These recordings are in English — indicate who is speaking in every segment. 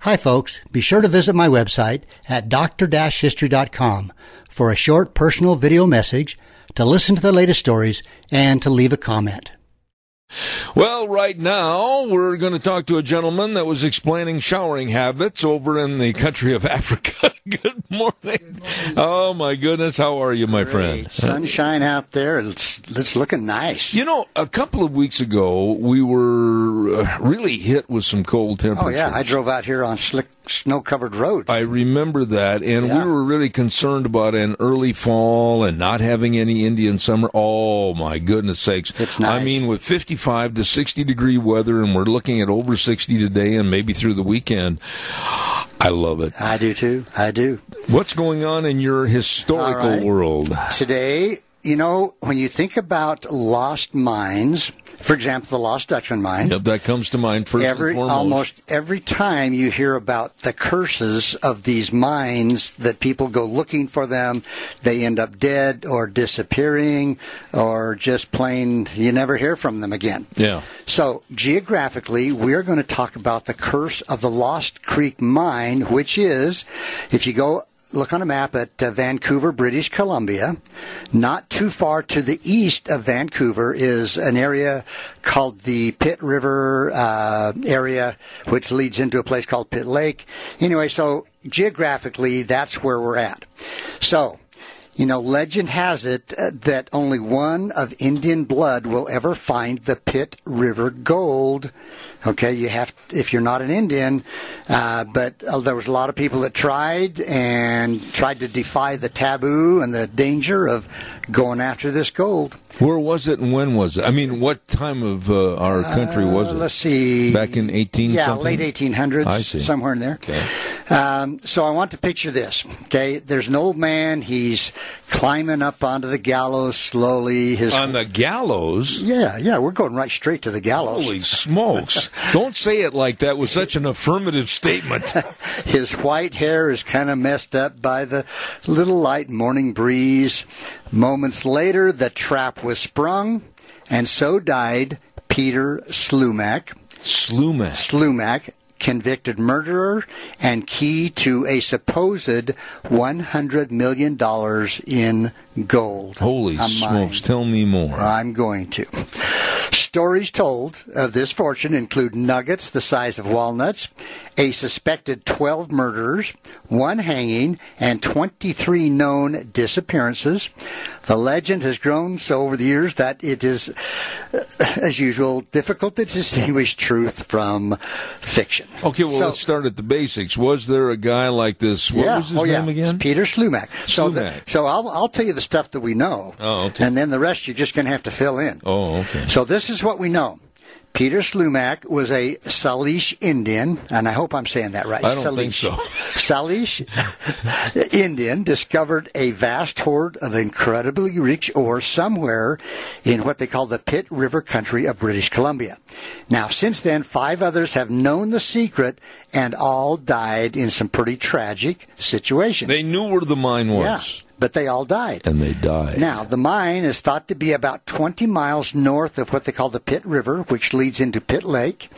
Speaker 1: Hi, folks. Be sure to visit my website at dr-history.com for a short personal video message, to listen to the latest stories, and to leave a comment.
Speaker 2: Well, right now, we're going to talk to a gentleman that was explaining showering habits over in the country of Africa. Good morning. Oh, my goodness. How are you, my friend?
Speaker 1: Great. Sunshine out there. It's, it's looking nice.
Speaker 2: You know, a couple of weeks ago, we were uh, really hit with some cold
Speaker 1: Oh,
Speaker 2: temperatures.
Speaker 1: yeah. I drove out here on slick, snow covered roads.
Speaker 2: I remember that, and
Speaker 1: Yeah.
Speaker 2: we were really concerned about an early fall and not having any Indian summer. Oh my goodness sakes!
Speaker 1: It's nice.
Speaker 2: I mean, with 55 to 60 degree weather, and we're looking at over 60 today, and maybe through the weekend. I love it.
Speaker 1: I do too. I do.
Speaker 2: What's going on in your historical
Speaker 1: All right.
Speaker 2: world?
Speaker 1: Today, you know, when you think about lost mines, for example, the Lost Dutchman mine,
Speaker 2: Yep, that comes to mind first
Speaker 1: every
Speaker 2: and foremost.
Speaker 1: almost every time you hear about the curses of these mines that people go looking for them they end up dead or disappearing or just plain you never hear from them again
Speaker 2: Yeah.
Speaker 1: so geographically we're going to talk about the curse of the lost creek mine which is if you go Look on a map at uh, Vancouver, British Columbia. Not too far to the east of Vancouver is an area called the Pitt River uh, area, which leads into a place called Pitt Lake. Anyway, so geographically, that's where we're at. So, you know, legend has it uh, that only one of Indian blood will ever find the Pitt River gold. Okay, you have if you're not an Indian, uh, but uh, there was a lot of people that tried and tried to defy the taboo and the danger of going after this gold.
Speaker 2: Where was it and when was it? I mean, what time of uh, our country was
Speaker 1: Uh,
Speaker 2: it?
Speaker 1: Let's see.
Speaker 2: Back in 18
Speaker 1: Yeah,
Speaker 2: something?
Speaker 1: late
Speaker 2: I see.
Speaker 1: 1800s, somewhere in there.
Speaker 2: Okay.
Speaker 1: Um, so I want to picture this. Okay, there's an old man. He's climbing up onto the gallows slowly. His
Speaker 2: On the gallows.
Speaker 1: yeah, yeah, we're going right straight to the gallows.
Speaker 2: Holy smokes. Don't say it like that with such an affirmative statement.
Speaker 1: His white hair is kind of messed up by the little light morning breeze. Moments later, the trap was sprung, and so died Peter Slumac.
Speaker 2: Slumac.
Speaker 1: Slumac, convicted murderer and key to a supposed $100 million in gold.
Speaker 2: Holy
Speaker 1: A mine.
Speaker 2: smokes. Tell me more.
Speaker 1: I'm going to. Stories told of this fortune include nuggets the size of walnuts, a suspected 12 murders, one hanging, and 23 known disappearances. The legend has grown so over the years that it is, uh, as usual, difficult to distinguish truth from fiction.
Speaker 2: Okay, well,
Speaker 1: So-
Speaker 2: let's start at the basics. Was there a guy like this? What
Speaker 1: yeah.
Speaker 2: was his
Speaker 1: oh, yeah.
Speaker 2: name
Speaker 1: It's
Speaker 2: again?
Speaker 1: Peter Slumac. So, the-
Speaker 2: Slumac.
Speaker 1: so I'll, I'll tell you the stuff that we know.
Speaker 2: Oh, okay.
Speaker 1: And then the rest you're just going to have to fill in.
Speaker 2: Oh, okay.
Speaker 1: So this is what we know. Peter Slumac was a Salish Indian, and I hope I'm saying that right.
Speaker 2: I don't think
Speaker 1: Salish.
Speaker 2: so.
Speaker 1: Salish Indian discovered a vast hoard of incredibly rich ore somewhere in what they call the Pitt River country of British Columbia. Now, since then, five others have known the secret and all died in some pretty tragic situations.
Speaker 2: They knew where the mine
Speaker 1: yeah,
Speaker 2: was.
Speaker 1: but they all died.
Speaker 2: And they died.
Speaker 1: Now, the mine is thought to be about 20 miles north of what they call the Pitt River, which leads into Pitt Lake.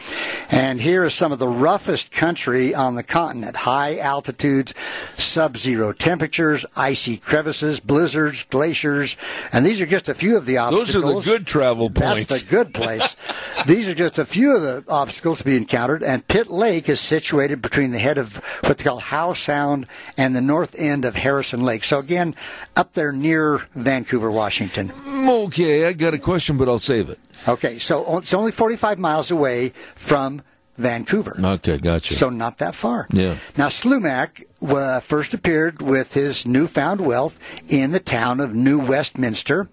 Speaker 1: And here is some of the roughest country on the continent high altitudes, sub zero temperatures, icy crevices, blizzards, glaciers. And these are just a few of the obstacles.
Speaker 2: Those are the good travel
Speaker 1: That's
Speaker 2: points.
Speaker 1: the good place. These are just a few of the obstacles to be encountered, and Pitt Lake is situated between the head of what they call Howe Sound and the north end of Harrison Lake. So again, up there near Vancouver, Washington.
Speaker 2: Mm, okay, I got a question, but I'll save it.
Speaker 1: Okay, so it's only 45 miles away from Vancouver.
Speaker 2: Okay, gotcha.
Speaker 1: So not that far.
Speaker 2: Yeah.
Speaker 1: Now Slumac uh, first appeared with his newfound wealth in the town of New Westminster,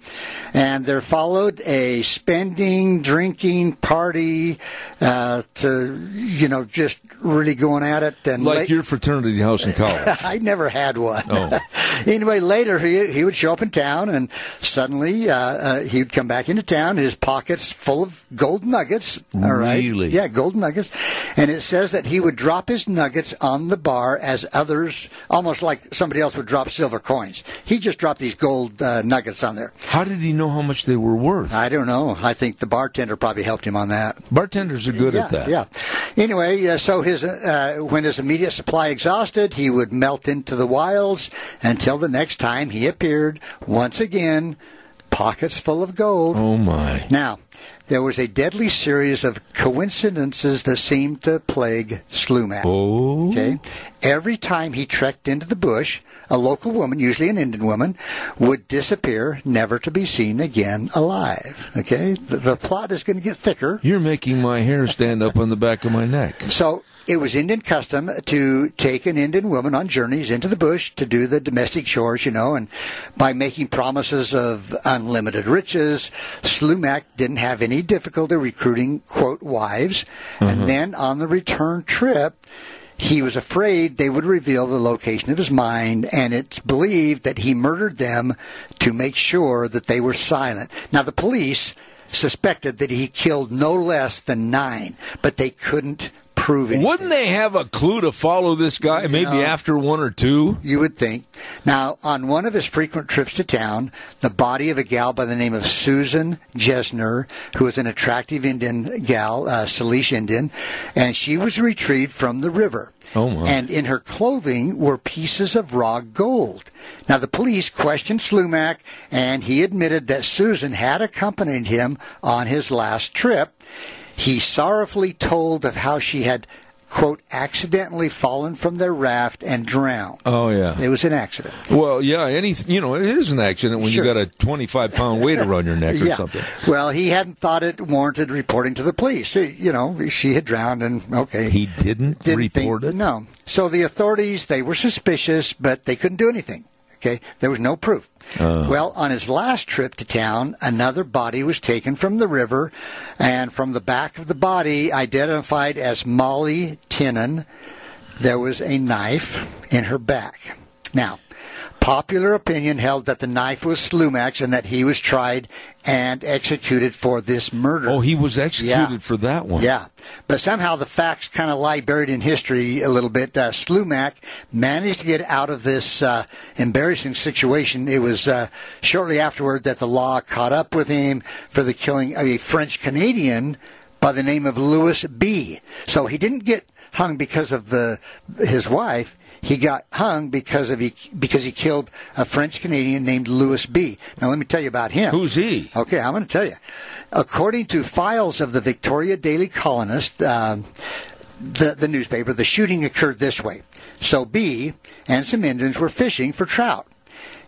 Speaker 1: and there followed a spending, drinking party uh, to you know just really going at it and
Speaker 2: like
Speaker 1: late-
Speaker 2: your fraternity house in college.
Speaker 1: I never had one.
Speaker 2: Oh.
Speaker 1: anyway, later he he would show up in town, and suddenly uh, uh, he'd come back into town, his pockets full of gold nuggets. All right,
Speaker 2: Really?
Speaker 1: yeah, gold nuggets, and it says that he would drop his nuggets on the bar as others, almost like somebody else would drop silver coins. He just dropped these gold uh, nuggets on there.
Speaker 2: How did he know how much they were worth?
Speaker 1: I don't know. I think the bartender probably helped him on that.
Speaker 2: Bartenders are good
Speaker 1: yeah,
Speaker 2: at that.
Speaker 1: Yeah. Anyway, uh, so his uh, when his immediate supply exhausted, he would melt into the wilds until the next time he appeared once again, pockets full of gold.
Speaker 2: Oh my.
Speaker 1: Now, there was a deadly series of coincidences that seemed to plague Slumat.
Speaker 2: Oh.
Speaker 1: Okay. Every time he trekked into the bush, a local woman, usually an Indian woman, would disappear, never to be seen again alive. Okay. The, the plot is going to get thicker.
Speaker 2: You're making my hair stand up on the back of my neck.
Speaker 1: So it was Indian custom to take an Indian woman on journeys into the bush to do the domestic chores, you know, and by making promises of unlimited riches, Slumac didn't have any difficulty recruiting, quote, wives. And then on the return trip, he was afraid they would reveal the location of his mine, and it's believed that he murdered them to make sure that they were silent. Now, the police suspected that he killed no less than nine, but they couldn't prove it.
Speaker 2: Wouldn't they have a clue to follow this guy? Maybe after one or two.
Speaker 1: You would think. Now, on one of his frequent trips to town, the body of a gal by the name of Susan Jesner, who was an attractive Indian gal, uh, Salish Indian, and she was retrieved from the river.
Speaker 2: Oh, my.
Speaker 1: And in her clothing were pieces of raw gold. Now, the police questioned Slumac, and he admitted that Susan had accompanied him on his last trip. He sorrowfully told of how she had, quote, accidentally fallen from their raft and drowned.
Speaker 2: Oh yeah.
Speaker 1: It was an accident.
Speaker 2: Well, yeah. Any, you know, it is an accident when
Speaker 1: Sure.
Speaker 2: you got a 25 pound weight around your neck or
Speaker 1: yeah.
Speaker 2: something.
Speaker 1: Well, he hadn't thought it warranted reporting to the police. He- you know, she had drowned, and okay.
Speaker 2: He didn't,
Speaker 1: Didn't think-
Speaker 2: report it.
Speaker 1: No. So the authorities, they were suspicious, but they couldn't do anything. Okay. There was no proof.
Speaker 2: Uh.
Speaker 1: Well, on his last trip to town, another body was taken from the river, and from the back of the body, identified as Molly Tinnen, there was a knife in her back. Now, popular opinion held that the knife was Slumac's and that he was tried and executed for this murder.
Speaker 2: Oh, he was executed
Speaker 1: Yeah.
Speaker 2: for that one.
Speaker 1: Yeah, but somehow the facts kind of lie buried in history a little bit. Uh, Slumac managed to get out of this uh, embarrassing situation. It was uh, shortly afterward that the law caught up with him for the killing of a French Canadian by the name of Louis B. So he didn't get hung because of the his wife. He got hung because of he because he killed a French Canadian named Louis B. Now let me tell you about him.
Speaker 2: Who's he?
Speaker 1: Okay, I'm going to tell you. According to files of the Victoria Daily Colonist, um, the, the newspaper, the shooting occurred this way. So B and some Indians were fishing for trout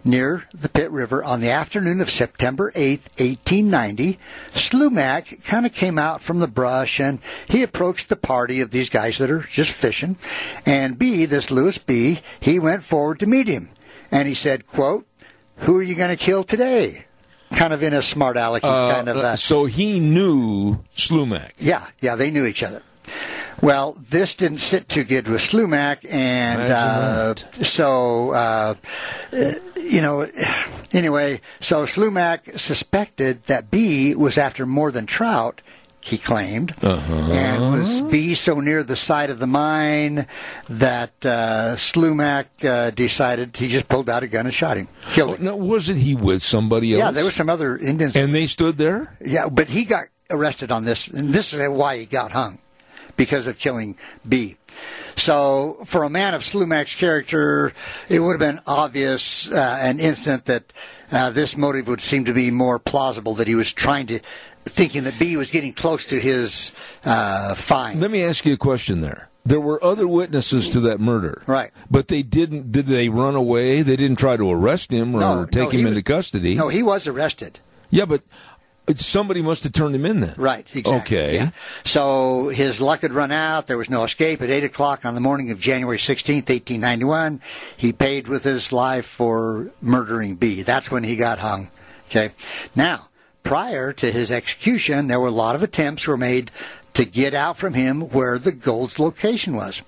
Speaker 1: near the Pitt River on the afternoon of September 8th, 1890. Slumac kind of came out from the brush and he approached the party of these guys that are just fishing. And B, this Lewis B, he went forward to meet him. And he said, quote, who are you going to kill today? Kind of in a smart alecky kind of
Speaker 2: Uh,
Speaker 1: uh,
Speaker 2: so he knew Slumac.
Speaker 1: yeah, yeah, they knew each other. Well, this didn't sit too good with Slumac, and uh,
Speaker 2: Imagine
Speaker 1: so uh, uh, you know. Anyway, so Slumac suspected that B was after more than trout. He claimed,
Speaker 2: Uh-huh.
Speaker 1: and was B so near the side of the mine that uh, Slumac uh, decided he just pulled out a gun and shot him, killed him.
Speaker 2: Oh, No, wasn't he with somebody else?
Speaker 1: Yeah, there were some other Indians
Speaker 2: And they stood there.
Speaker 1: yeah, but he got arrested on this, and this is why he got hung, because of killing B. So, for a man of Slumac's character, it would have been obvious uh, an instant that uh, this motive would seem to be more plausible that he was trying to, thinking that B was getting close to his uh, fine.
Speaker 2: Let me ask you a question. There, there were other witnesses to that murder,
Speaker 1: Right.
Speaker 2: But they didn't. Did they run away? They didn't try to arrest him or
Speaker 1: No, no,
Speaker 2: take
Speaker 1: he
Speaker 2: him
Speaker 1: was-
Speaker 2: into custody.
Speaker 1: No, he was arrested.
Speaker 2: Yeah, but it's- somebody must have turned him in then.
Speaker 1: Right, exactly.
Speaker 2: Okay.
Speaker 1: yeah. So his luck had run out. There was no escape. At 8 o'clock on the morning of January 16th, 1891, he paid with his life for murdering B. That's when he got hung. Okay. Now, prior to his execution, there were a lot of attempts were made to get out from him where the gold's location was.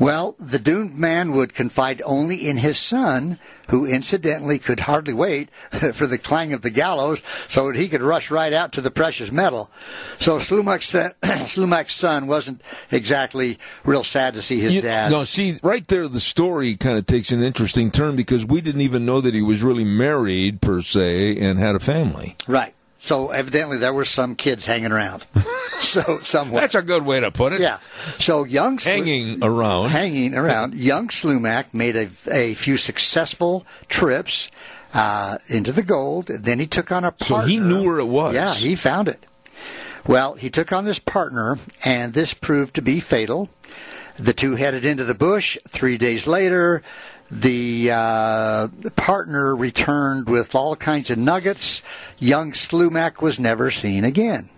Speaker 1: Well, the doomed man would confide only in his son, who incidentally could hardly wait for the clang of the gallows so that he could rush right out to the precious metal. So Slumak's, uh, Slumak's son wasn't exactly real sad to see his
Speaker 2: You-
Speaker 1: dad.
Speaker 2: No, see, right there, the story kind of takes an interesting turn because we didn't even know that he was really married per se and had a family.
Speaker 1: Right. So evidently there were some kids hanging around. so somewhere.
Speaker 2: That's a good way to put it.
Speaker 1: yeah. So young Slu-
Speaker 2: hanging around.
Speaker 1: hanging around. Young Slumac made a, a few successful trips uh, into the gold. Then he took on a
Speaker 2: So
Speaker 1: partner.
Speaker 2: he knew where it was.
Speaker 1: Yeah, he found it. Well, he took on this partner, and this proved to be fatal. The two headed into the bush. Three days later, the, uh, the partner returned with all kinds of nuggets. Young Slumac was never seen again.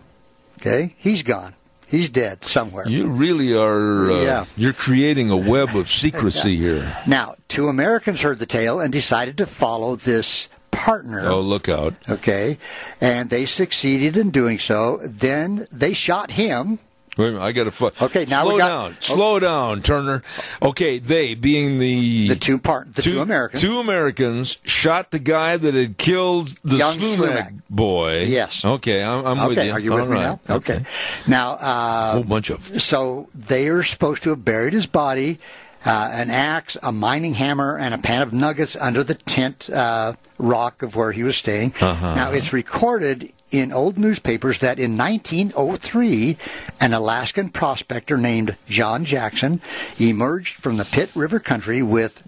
Speaker 1: Okay, he's gone. He's dead somewhere.
Speaker 2: You really are. Uh,
Speaker 1: Yeah.
Speaker 2: You're creating a web of secrecy here.
Speaker 1: Now, two Americans heard the tale and decided to follow this partner.
Speaker 2: Oh, look out!
Speaker 1: Okay, and they succeeded in doing so. Then they shot him.
Speaker 2: Wait a minute, I got to. Fu-
Speaker 1: Okay, now we
Speaker 2: slow
Speaker 1: got-
Speaker 2: down. Slow down, Turner. Okay, they being the
Speaker 1: The two part, the two, Americans.
Speaker 2: two Americans shot the guy that had killed the
Speaker 1: Young
Speaker 2: Slumac
Speaker 1: Slumac.
Speaker 2: boy.
Speaker 1: Yes.
Speaker 2: Okay, I'm, I'm
Speaker 1: okay,
Speaker 2: with you.
Speaker 1: are you with
Speaker 2: All
Speaker 1: me
Speaker 2: right.
Speaker 1: now? Okay. Now,
Speaker 2: A
Speaker 1: uh,
Speaker 2: whole bunch of.
Speaker 1: so they are supposed to have buried his body, uh, an axe, a mining hammer, and a pan of nuggets under the tent uh, rock of where he was staying. Now, it's recorded in old newspapers that in 1903, an Alaskan prospector named John Jackson emerged from the Pitt River country with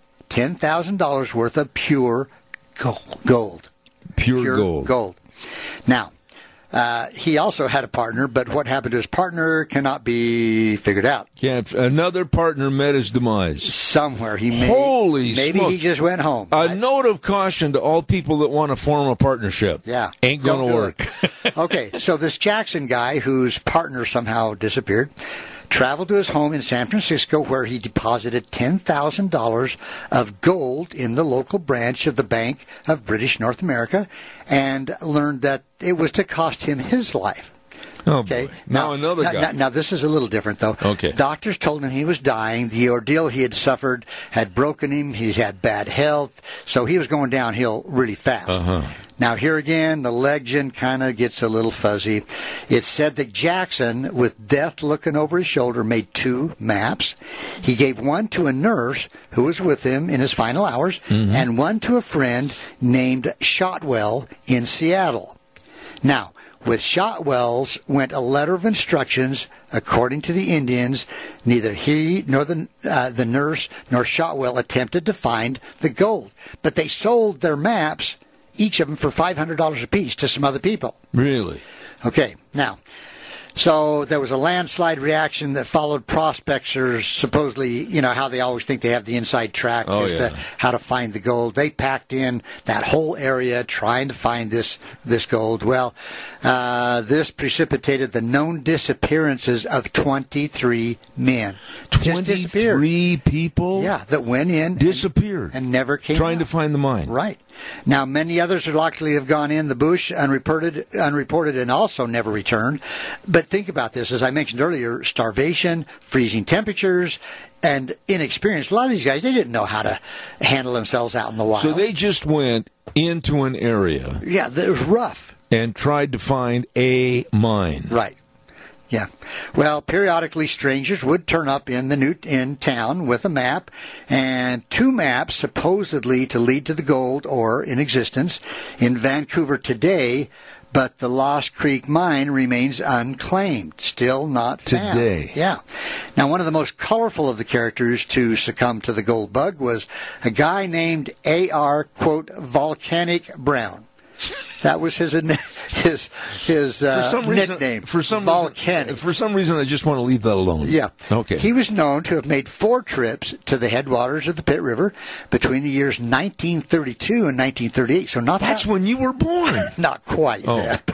Speaker 1: $10,000 worth of pure gold. gold
Speaker 2: Pure,
Speaker 1: pure
Speaker 2: gold.
Speaker 1: gold. Now, uh, he also had a partner, but what happened to his partner cannot be figured out.
Speaker 2: Can't, another partner met his demise.
Speaker 1: Somewhere he may,
Speaker 2: Holy
Speaker 1: maybe
Speaker 2: smokes. Uh,
Speaker 1: he just went home.
Speaker 2: A note of caution to all people that want to form a partnership.
Speaker 1: yeah,
Speaker 2: Ain't going
Speaker 1: Don't
Speaker 2: to
Speaker 1: do
Speaker 2: work.
Speaker 1: it. okay, so this Jackson guy, whose partner somehow disappeared, traveled to his home in San Francisco, where he deposited ten thousand dollars of gold in the local branch of the Bank of British North America, and learned that it was to cost him his life.
Speaker 2: Oh,
Speaker 1: Okay.
Speaker 2: boy. Now, another
Speaker 1: now,
Speaker 2: guy.
Speaker 1: Now, now this is a little different, though.
Speaker 2: Okay.
Speaker 1: Doctors told him he was dying. The ordeal he had suffered had broken him. He had bad health, so he was going downhill really fast. Now here again, the legend kind of gets a little fuzzy. It's said that Jackson, with death looking over his shoulder, made two maps. He gave one to a nurse who was with him in his final hours, and one to a friend named Shotwell in Seattle. Now, with Shotwell's went a letter of instructions. According to the Indians, neither he nor the, uh, the nurse nor Shotwell attempted to find the gold, but they sold their maps, each of them for $500 apiece, to some other people.
Speaker 2: Really?
Speaker 1: Okay, now, so there was a landslide reaction that followed prospectors, supposedly, you know, how they always think they have the inside track
Speaker 2: Oh,
Speaker 1: as to
Speaker 2: yeah.
Speaker 1: how to find the gold. They packed in that whole area trying to find this, this gold. Well, uh, this precipitated the known disappearances of 23 men. Just disappeared.
Speaker 2: Twenty-three people.
Speaker 1: Yeah, that went in
Speaker 2: Disappeared.
Speaker 1: and, and never came
Speaker 2: trying
Speaker 1: out.
Speaker 2: to find the mine.
Speaker 1: Right. Now, many others are likely to have gone in the bush unreported, unreported and also never returned. But think about this. As I mentioned earlier, starvation, freezing temperatures, and inexperience. A lot of these guys, they didn't know how to handle themselves out in the wild.
Speaker 2: So they just went into an area
Speaker 1: yeah, it was rough.
Speaker 2: and tried to find a mine.
Speaker 1: Right. Yeah. Well, periodically strangers would turn up in the new in town with a map and two maps supposedly to lead to the gold or in existence in Vancouver today, but the Lost Creek mine remains unclaimed, still not found.
Speaker 2: Today.
Speaker 1: Yeah. Now, one of the most colorful of the characters to succumb to the gold bug was a guy named A.R. quote Volcanic Brown. That was his in- his his uh,
Speaker 2: For some reason,
Speaker 1: nickname.
Speaker 2: for some
Speaker 1: volcanic.
Speaker 2: reason, for some reason, I just want to leave that alone.
Speaker 1: yeah.
Speaker 2: Okay.
Speaker 1: He was known to have made four trips to the headwaters of the Pitt River between the years 1932 and 1938. So not
Speaker 2: That's
Speaker 1: that,
Speaker 2: when you were born.
Speaker 1: not quite. yet.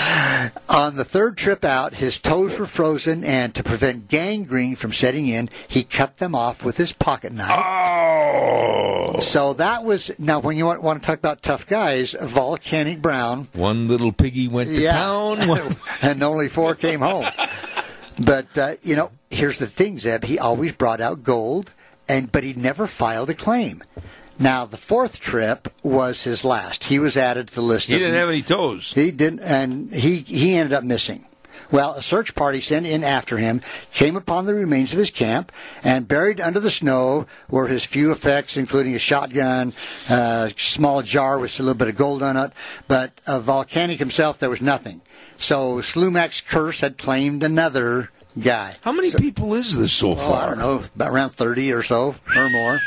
Speaker 1: On the third trip out, his toes were frozen, and to prevent gangrene from setting in, he cut them off with his pocket knife.
Speaker 2: oh.
Speaker 1: So that was now when you want, want to talk about tough guys, Volcanic Brown
Speaker 2: One little piggy went to town. One-
Speaker 1: and only four came home. But uh, you know, here's the thing, Zeb. He always brought out gold, and but he never filed a claim. Now the fourth trip was his last. He was added to the list.
Speaker 2: He
Speaker 1: of-
Speaker 2: didn't have any toes.
Speaker 1: he didn't, and he he ended up missing. Well, a search party sent in after him, came upon the remains of his camp, and buried under the snow were his few effects, including a shotgun, a small jar with a little bit of gold on it, but of Volcanic himself, there was nothing. So Slumak's curse had claimed another guy.
Speaker 2: How many people is this so
Speaker 1: Oh, I
Speaker 2: far?
Speaker 1: don't know, about around 30 or so, or more.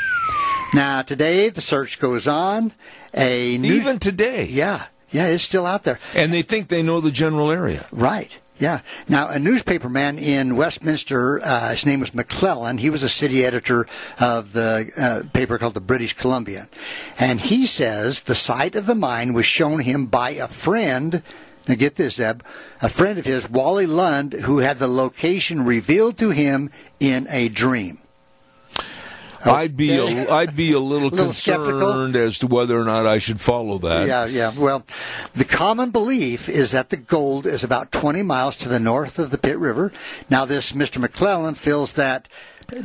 Speaker 1: Now, today, the search goes on. A new,
Speaker 2: Even today.
Speaker 1: yeah, yeah, it's still out there.
Speaker 2: And they think they know the general area.
Speaker 1: Right. Yeah. Now, a newspaper man in Westminster, uh, his name was McClellan. He was a city editor of the uh, paper called the British Columbia. And he says the site of the mine was shown him by a friend. Now, get this, Zeb. A friend of his, Wally Lund, who had the location revealed to him in a dream.
Speaker 2: I'd be a, I'd be a little,
Speaker 1: Oh, Little
Speaker 2: concerned
Speaker 1: skeptical.
Speaker 2: as to whether or not I should follow that.
Speaker 1: Yeah, yeah. Well, the common belief is that the gold is about 20 miles to the north of the Pitt River. Now, this Mr. McClellan feels that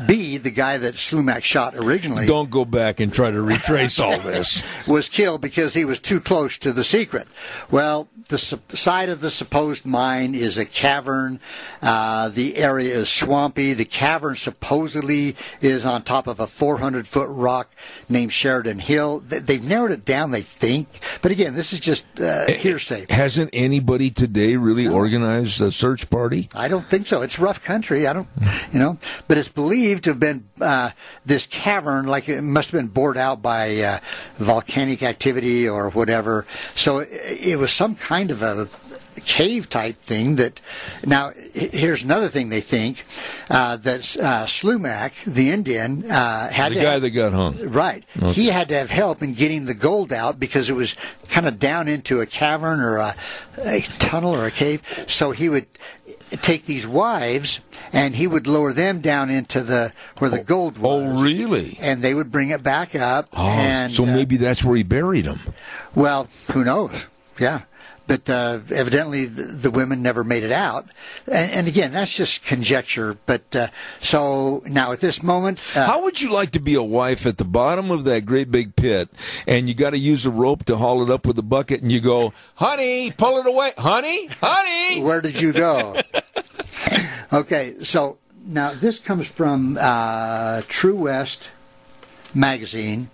Speaker 1: B, the guy that Slumac shot originally,
Speaker 2: Don't go back and try to retrace all this.
Speaker 1: was killed because he was too close to the secret. Well, the su- side of the supposed mine is a cavern. Uh, the area is swampy. The cavern supposedly is on top of a 400 foot rock named Sheridan Hill. They- They've narrowed it down, they think. But again, this is just uh, hearsay.
Speaker 2: Hasn't anybody today really organized a search party?
Speaker 1: I don't think so. It's rough country. I don't, you know, but it's believed to have been uh, this cavern, like it must have been bored out by uh, volcanic activity or whatever. So it, it was some kind of a cave type thing that. Now h- here's another thing they think uh, that uh, Slumac, the Indian, uh, had
Speaker 2: The
Speaker 1: to
Speaker 2: guy that got hung.
Speaker 1: Right. He had to have help in getting the gold out because it was kind of down into a cavern or a, a tunnel or a cave. So he would take these wives and he would lower them down into the where the gold was.
Speaker 2: Oh, really?
Speaker 1: And they would bring it back up.
Speaker 2: Oh,
Speaker 1: and
Speaker 2: so
Speaker 1: uh,
Speaker 2: maybe that's where he buried him.
Speaker 1: well, who knows? Yeah. But uh, evidently, the, the women never made it out. And, and again, that's just conjecture. But uh, so now at this moment, uh,
Speaker 2: How would you like to be a wife at the bottom of that great big pit and you got to use a rope to haul it up with a bucket and you go, honey, pull it away. Honey, honey.
Speaker 1: Where did you go? okay, so now this comes from uh, True West magazine,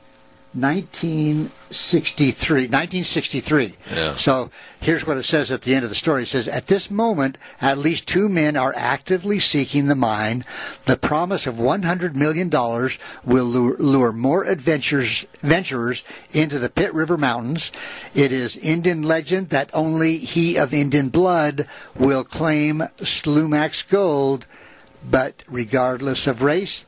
Speaker 1: 1963. 1963.
Speaker 2: Yeah.
Speaker 1: So here's what it says at the end of the story. It says, At this moment, at least two men are actively seeking the mine. The promise of $100 million will lure, lure more adventures, adventurers into the Pitt River Mountains. It is Indian legend that only he of Indian blood will claim Slumac's gold, but regardless of race,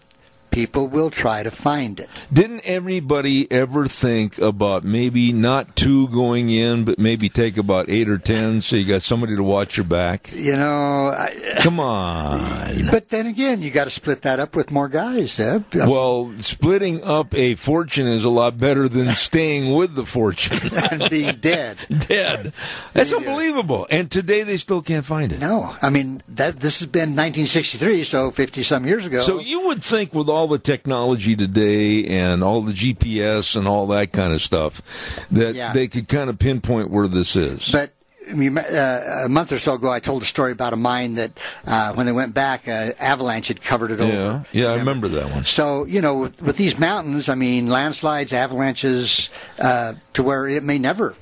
Speaker 1: people will try to find it.
Speaker 2: Didn't everybody ever think about maybe not two going in, but maybe take about eight or ten so you got somebody to watch your back?
Speaker 1: You know, I,
Speaker 2: Come on.
Speaker 1: but then again, you got to split that up with more guys, Zeb.
Speaker 2: Well, splitting up a fortune is a lot better than staying with the fortune.
Speaker 1: and being dead.
Speaker 2: Dead. That's unbelievable. And today they still can't find it.
Speaker 1: No, I mean that. This has been 1963, so 50 some years ago.
Speaker 2: So you would think with all the technology today and all the GPS and all that kind of stuff that
Speaker 1: Yeah.
Speaker 2: they could kind of pinpoint where this is.
Speaker 1: but I mean, uh, a month or so ago, I told a story about a mine that uh, when they went back, uh, avalanche had covered it
Speaker 2: yeah.
Speaker 1: over.
Speaker 2: Yeah, I remember that one.
Speaker 1: So you know, with, with these mountains, I mean, landslides, avalanches, uh, to where it may never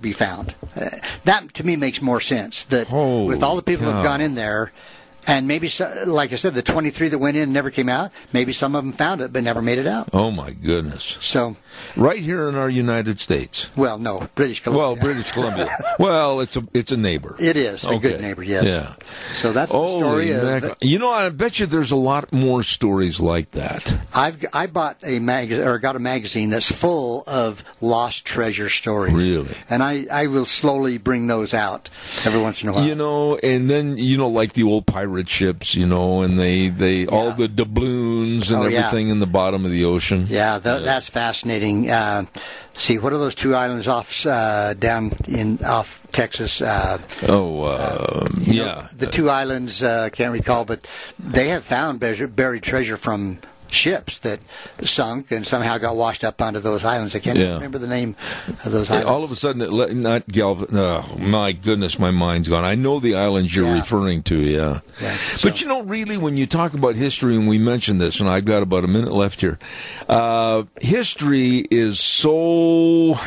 Speaker 1: be found. Uh, that to me makes more sense. That
Speaker 2: Holy
Speaker 1: with all the people who've
Speaker 2: cow.
Speaker 1: gone in there, and maybe so, like I said, the 23 that went in never came out. Maybe some of them found it but never made it out.
Speaker 2: Oh my goodness.
Speaker 1: So,
Speaker 2: Right here in our United States.
Speaker 1: well, no, British Columbia.
Speaker 2: Well, British Columbia. well, it's a it's a neighbor.
Speaker 1: It is a good
Speaker 2: Okay.
Speaker 1: neighbor, yes.
Speaker 2: Yeah.
Speaker 1: So that's the
Speaker 2: Holy
Speaker 1: story.
Speaker 2: mackerel.
Speaker 1: Of,
Speaker 2: you know, I bet you there's a lot more stories like that.
Speaker 1: I've I bought a mag or got a magazine that's full of lost treasure stories.
Speaker 2: Really?
Speaker 1: And I I will slowly bring those out every once in a while.
Speaker 2: You know, and then you know, like the old pirate pirate ships, you know, and they they all the doubloons and
Speaker 1: Oh, yeah.
Speaker 2: everything in the bottom of the ocean.
Speaker 1: Yeah, th- that's fascinating. Uh, see, what are those two islands off uh, down in off Texas? Uh,
Speaker 2: Oh, uh,
Speaker 1: you know,
Speaker 2: yeah.
Speaker 1: the two islands uh, can't recall, but they have found bes- buried treasure from ships that sunk and somehow got washed up onto those islands. I can't
Speaker 2: Yeah.
Speaker 1: remember the name of those
Speaker 2: Yeah,
Speaker 1: islands.
Speaker 2: all of a sudden, it let, not Galvin. Oh, my goodness, my mind's gone. I know the islands you're
Speaker 1: Yeah.
Speaker 2: referring to, yeah.
Speaker 1: Yeah, so-
Speaker 2: But you know, really, when you talk about history, and we mentioned this, and I've got about a minute left here, uh, history is so.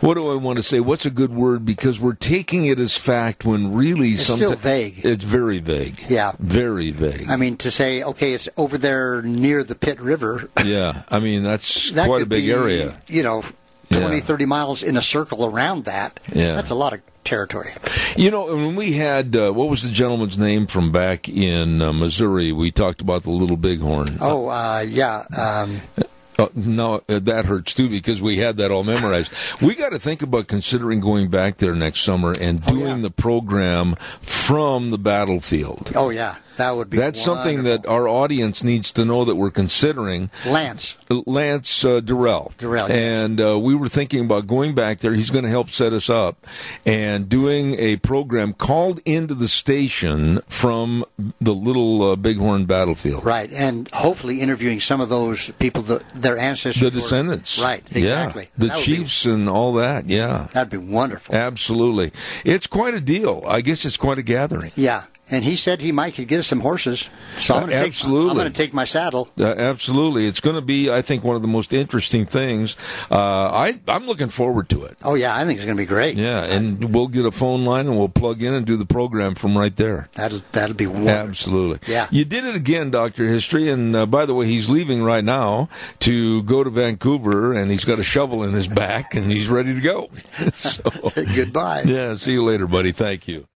Speaker 2: What do I want to say? What's a good word? Because we're taking it as fact when really
Speaker 1: It's still
Speaker 2: someti-
Speaker 1: vague.
Speaker 2: It's very vague.
Speaker 1: Yeah.
Speaker 2: very vague.
Speaker 1: I mean, to say, okay, it's over there near the Pitt River.
Speaker 2: yeah, I mean that's
Speaker 1: That
Speaker 2: quite
Speaker 1: could
Speaker 2: a big
Speaker 1: be,
Speaker 2: area.
Speaker 1: You know,
Speaker 2: Yeah.
Speaker 1: 20, 30 miles in a circle around that.
Speaker 2: Yeah.
Speaker 1: That's a lot of territory.
Speaker 2: You know, and when we had uh, what was the gentleman's name from back in uh, Missouri? We talked about the Little Bighorn.
Speaker 1: Oh, uh, yeah. Um,
Speaker 2: Uh, no, uh, that hurts too because we had that all memorized. we got to think about considering going back there next summer and doing
Speaker 1: Oh, yeah.
Speaker 2: the program from the battlefield.
Speaker 1: oh, yeah. That would be
Speaker 2: That's something that our audience needs to know that we're considering.
Speaker 1: that Lance.
Speaker 2: Lance uh, Durrell.
Speaker 1: Durrell, yes.
Speaker 2: And uh, we were thinking about going back there. He's going to help set us up and doing a program called into the station from the little uh, Bighorn battlefield.
Speaker 1: Right, and hopefully interviewing some of those people, that their ancestors,
Speaker 2: The
Speaker 1: were-
Speaker 2: descendants.
Speaker 1: Right, exactly.
Speaker 2: Yeah. The
Speaker 1: That would be-
Speaker 2: chiefs and all that. Yeah.
Speaker 1: that'd be wonderful.
Speaker 2: Absolutely. It's quite a deal. I guess it's quite a gathering.
Speaker 1: yeah, and he said he might could get us some horses, so I'm
Speaker 2: Uh,
Speaker 1: going to take.
Speaker 2: absolutely.
Speaker 1: I'm going to take my saddle.
Speaker 2: Uh, absolutely. It's going to be, I think, one of the most interesting things. Uh, I, I'm looking forward to it.
Speaker 1: Oh yeah, I think it's going to be great.
Speaker 2: Yeah, and we'll get a phone line and we'll plug in and do the program from right there.
Speaker 1: that'll that'll be wonderful.
Speaker 2: Absolutely.
Speaker 1: Yeah.
Speaker 2: You did it again, Dr. History. And uh, by the way, he's leaving right now to go to Vancouver and he's got a shovel in his back and he's ready to go. so,
Speaker 1: Goodbye.
Speaker 2: yeah, see you later, buddy. Thank you.